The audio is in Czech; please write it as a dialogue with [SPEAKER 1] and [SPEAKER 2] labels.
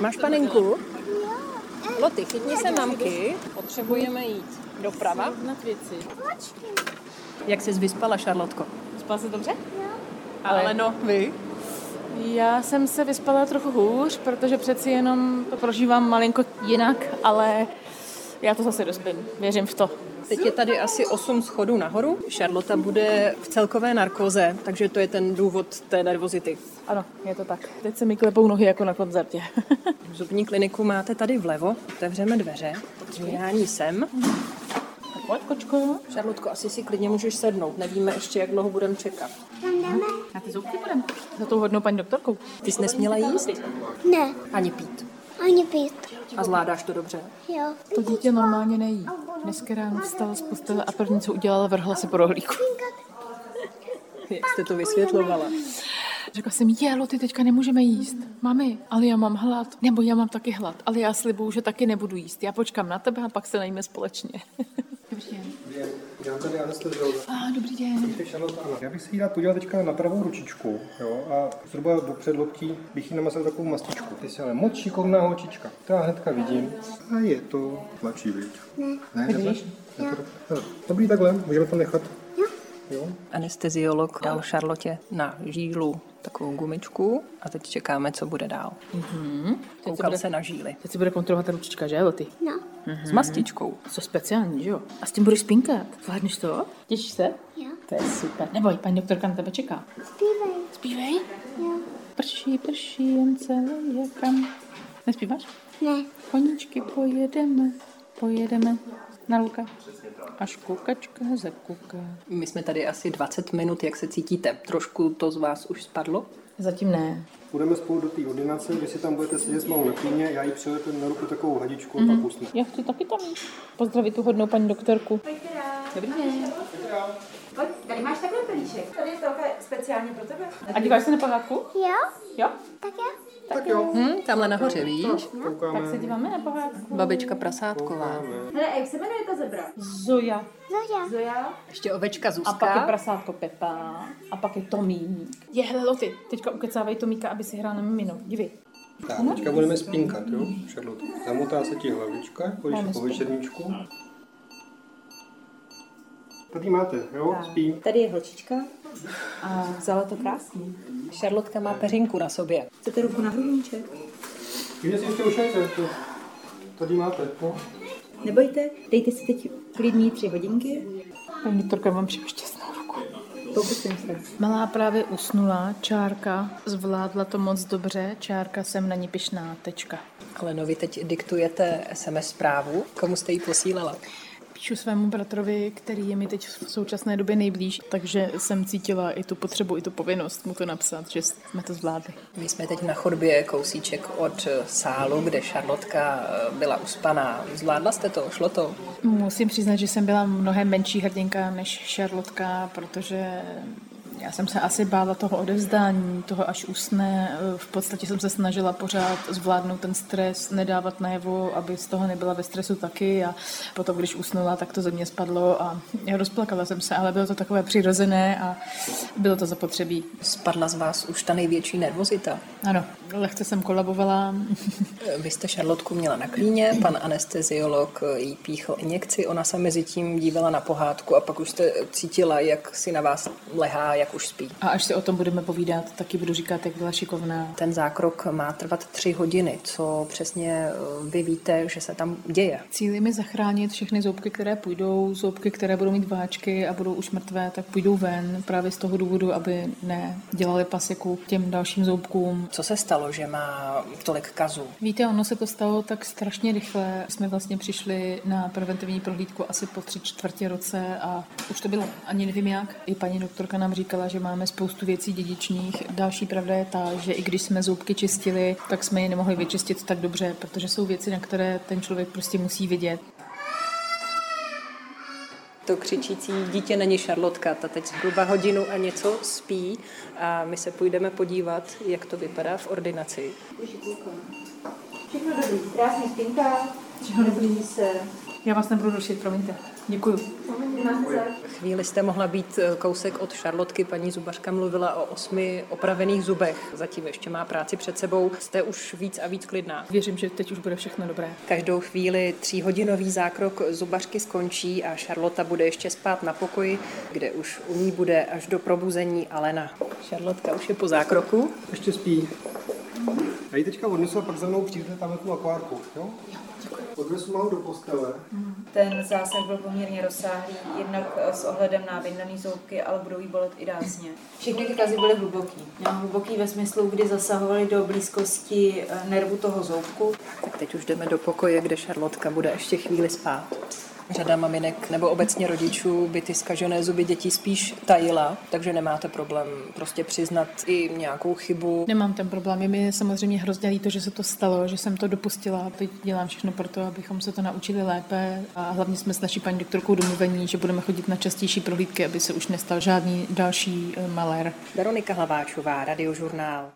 [SPEAKER 1] Máš panenku?
[SPEAKER 2] Jo.
[SPEAKER 1] Loty, chytni se mamky.
[SPEAKER 3] Potřebujeme jít.
[SPEAKER 1] Doprava.
[SPEAKER 3] Na věci.
[SPEAKER 2] Počkej.
[SPEAKER 1] Jak jsi vyspala, Šarlotko?
[SPEAKER 3] Spala jsi dobře?
[SPEAKER 1] Ale, no, vy?
[SPEAKER 3] Já jsem se vyspala trochu hůř, protože přeci jenom to prožívám malinko jinak, ale já to zase dospím. Věřím v to.
[SPEAKER 1] Teď je tady asi 8 schodů nahoru. Charlotte bude v celkové narkoze, takže to je ten důvod té nervozity.
[SPEAKER 3] Ano, je to tak. Teď se mi klepou nohy jako na koncertě.
[SPEAKER 1] Zubní kliniku máte tady vlevo. Otevřeme dveře. Zvírání sem.
[SPEAKER 3] Tak Pojď, kočko. no.
[SPEAKER 1] Šarlotko, asi si klidně můžeš sednout. Nevíme ještě, jak dlouho budeme čekat.
[SPEAKER 2] Tam jdeme?
[SPEAKER 3] Na ty zubky budem. Za tou hodnou paní doktorkou.
[SPEAKER 1] Ty jsi nesměla jíst?
[SPEAKER 2] Ne.
[SPEAKER 1] Ani pít.
[SPEAKER 2] Ani pít.
[SPEAKER 1] A zvládáš to dobře.
[SPEAKER 2] Jo.
[SPEAKER 3] To dítě normálně nejí. Dneska ráno vstala z postele a první, co udělala, vrhla se po rohlíku.
[SPEAKER 1] Jak jste to vysvětlovala?
[SPEAKER 3] Řekla jsem, jelo, ty teďka nemůžeme jíst. Mami, ale já mám hlad. Nebo já mám taky hlad, ale já slibuju, že taky nebudu jíst. Já počkám na tebe a pak se najíme společně. Dobrý den.
[SPEAKER 4] Já tady anesteziolog.
[SPEAKER 3] A, dobrý den.
[SPEAKER 4] Ještě Charlotte, ano. Já bych si jí rád podíval teďka na pravou ručičku, jo, a zhruba do předloktí bych jí namasal takovou mastičku. Ty jsi ale moc šikovná holčička. To já hnedka vidím. A je to mladší, viď? Ne. Ne, neplačí? Dobrý, takhle, můžeme to nechat. Jo.
[SPEAKER 1] Anesteziolog dal Charlotě na žílu takovou gumičku a teď čekáme, co bude dál. Mhm. Koukal se na žíly.
[SPEAKER 3] Teď se bude kontrolovat ta ručička, že jo, ty?
[SPEAKER 2] No.
[SPEAKER 1] S mastičkou.
[SPEAKER 3] Co speciální, že jo? A s tím budeš spinkat. Zvládneš to? Těšíš se?
[SPEAKER 2] Jo.
[SPEAKER 3] To je super. Neboj, paní doktorka na tebe čeká.
[SPEAKER 2] Zpívej.
[SPEAKER 3] Zpívej.
[SPEAKER 2] Jo.
[SPEAKER 3] Prší, prší, jen celý je kam. Nespíváš?
[SPEAKER 2] Ne.
[SPEAKER 3] Koníčky pojedeme, pojedeme. Na luka. Až kukačka zakuká.
[SPEAKER 1] My jsme tady asi 20 minut, jak se cítíte. Trošku to z vás už spadlo.
[SPEAKER 3] Zatím ne.
[SPEAKER 4] Budeme spolu do té ordinace, vy si tam budete sedět s malou na klíně, já jí přilepím na ruku takovou hadičku mm-hmm. a pak usne.
[SPEAKER 3] Já chci taky tam pozdravit tu hodnou paní doktorku. Dobrý den.
[SPEAKER 5] Pojď, tady máš takhle pelíšek. Tady je trochu speciálně pro tebe.
[SPEAKER 3] A díváš se na pohádku?
[SPEAKER 2] Jo.
[SPEAKER 3] Jo?
[SPEAKER 2] Tak jo.
[SPEAKER 4] Tak jo,
[SPEAKER 1] Hm, tamhle nahoře, víš?
[SPEAKER 4] koukáme.
[SPEAKER 3] Tak se díváme na pohádku.
[SPEAKER 1] Babička prasátková.
[SPEAKER 5] Hele, a jak se jmenuje ta zebra?
[SPEAKER 3] Zoja.
[SPEAKER 2] Zoja.
[SPEAKER 5] Zoja?
[SPEAKER 1] Ještě ovečka
[SPEAKER 3] A pak je
[SPEAKER 1] Zuzka.
[SPEAKER 3] prasátko Pepa. A pak je Tomík. Je, hele, Loty, teďka ukecávej Tomíka, aby si hrál na mimino. Dívej.
[SPEAKER 4] Tak, teďka budeme spinkat, jo, Charlotte. Zamotá se ti hlavička, když je po večerníčku. Tady máte, jo, spí.
[SPEAKER 5] Tady je holčička a vzala to krásně.
[SPEAKER 1] Šarlotka má peřinku na sobě.
[SPEAKER 5] Chcete ruku na hrudníček?
[SPEAKER 4] Kde si ještě ušajte, to. Tady máte, no.
[SPEAKER 5] Nebojte, dejte si teď klidný tři hodinky.
[SPEAKER 3] Paní doktorka vám přeju šťastnou ruku.
[SPEAKER 5] Pokusím se.
[SPEAKER 3] Malá právě usnula, čárka, zvládla to moc dobře, čárka jsem na ní pišná, tečka.
[SPEAKER 1] Ale no, vy teď diktujete SMS zprávu. Komu jste ji posílala?
[SPEAKER 3] Píšu svému bratrovi, který je mi teď v současné době nejblíž, takže jsem cítila i tu potřebu, i tu povinnost mu to napsat, že jsme to zvládli.
[SPEAKER 1] My jsme teď na chodbě kousíček od eh, sálu, kde Šarlotka eh, byla uspaná. Zvládla jste to? Šlo to?
[SPEAKER 3] Musím přiznat, že jsem byla mnohem menší hrdinka než Charlotka, protože já jsem se asi bála toho odevzdání, toho až usne. V podstatě jsem se snažila pořád zvládnout ten stres, nedávat najevo, aby z toho nebyla ve stresu taky. A potom, když usnula, tak to ze mě spadlo a já rozplakala jsem se, ale bylo to takové přirozené a bylo to zapotřebí.
[SPEAKER 1] Spadla z vás už ta největší nervozita.
[SPEAKER 3] Ano, lehce jsem kolabovala.
[SPEAKER 1] Eh, Vy jste Šarlotku měla na klíně, pan anesteziolog eh, jí píchl injekci, ona se mezi tím dívala na pohádku a pak už jste eh, cítila, jak si na vás lehá, jak už spí.
[SPEAKER 3] A až se o tom budeme povídat, taky budu říkat, jak byla šikovná.
[SPEAKER 1] Ten zákrok má trvat tři hodiny. Co přesně eh, vy víte, že se tam děje?
[SPEAKER 3] Cílem je zachránit všechny zoubky, které půjdou, zoubky, které budou mít váčky a budou už mrtvé, tak půjdou ven právě z toho důvodu, aby ne dělali pasiku těm dalším zoubkům.
[SPEAKER 1] Co se stalo, že má tolik kazů?
[SPEAKER 3] Víte, ono se to stalo tak strašně rychle. Jsme vlastně přišli na preventivní prohlídku asi po tři čtvrtě roce a už to bylo ani nevím jak. I paní doktorka nám říkala, že máme spoustu věcí dědičných. Další pravda je ta, že i když jsme zoubky čistili, tak jsme je nemohli vyčistit tak dobře, protože jsou věci, na které ten člověk prostě musí vidět.
[SPEAKER 1] To křičící dítě není Šarlotka, ta teď zhruba hodinu a něco spí a my se půjdeme podívat, jak to vypadá v ordinaci.
[SPEAKER 5] Všechno dobrý. Krásně spinka. Všechno dobrý. Se.
[SPEAKER 3] Já vás nebudu rušit, promiňte. Děkuju.
[SPEAKER 1] Chvíli jste mohla být eh, kousek od Šarlotky, paní zubařka mluvila o osmi opravených zubech. Zatím ještě má práci před sebou, jste už víc a víc klidná.
[SPEAKER 3] Věřím, že teď už bude všechno dobré.
[SPEAKER 1] Každou chvíli tříhodinový zákrok zubařky skončí a Šarlota bude ještě spát na pokoji, kde už u ní bude až do probuzení Alena. Šarlotka už je po zákroku.
[SPEAKER 4] Ještě spí. Já ji teďka odnesu a pak za mnou přijde tam tu akvárku, jo? Odnesu mám do postele.
[SPEAKER 6] Ten zásah byl poměrně rozsáhlý, jednak eh, s ohledem na vyndaný zoubky, ale budou jí bolet i dásně. Všechny ty kazy byly hluboký. Já hluboký ve smyslu, kdy zasahovaly do blízkosti eh, nervu toho zoubku.
[SPEAKER 1] Tak teď už jdeme do pokoje, kde Šarlotka bude ještě chvíli spát. Řada maminek nebo obecně rodičů by ty skažené zuby dětí spíš tajila, takže nemáte problém prostě přiznat i nějakou chybu.
[SPEAKER 3] Nemám ten problém. Je mi samozřejmě hrozně líto, že se to stalo, že jsem to dopustila. Teď dělám všechno pro to, abychom se to naučili lépe. A hlavně jsme s naší paní doktorkou domluvení, že budeme chodit na častější prohlídky, aby se už nestal žádný další eh, malér.
[SPEAKER 1] Veronika Hlaváčová, Radiožurnál.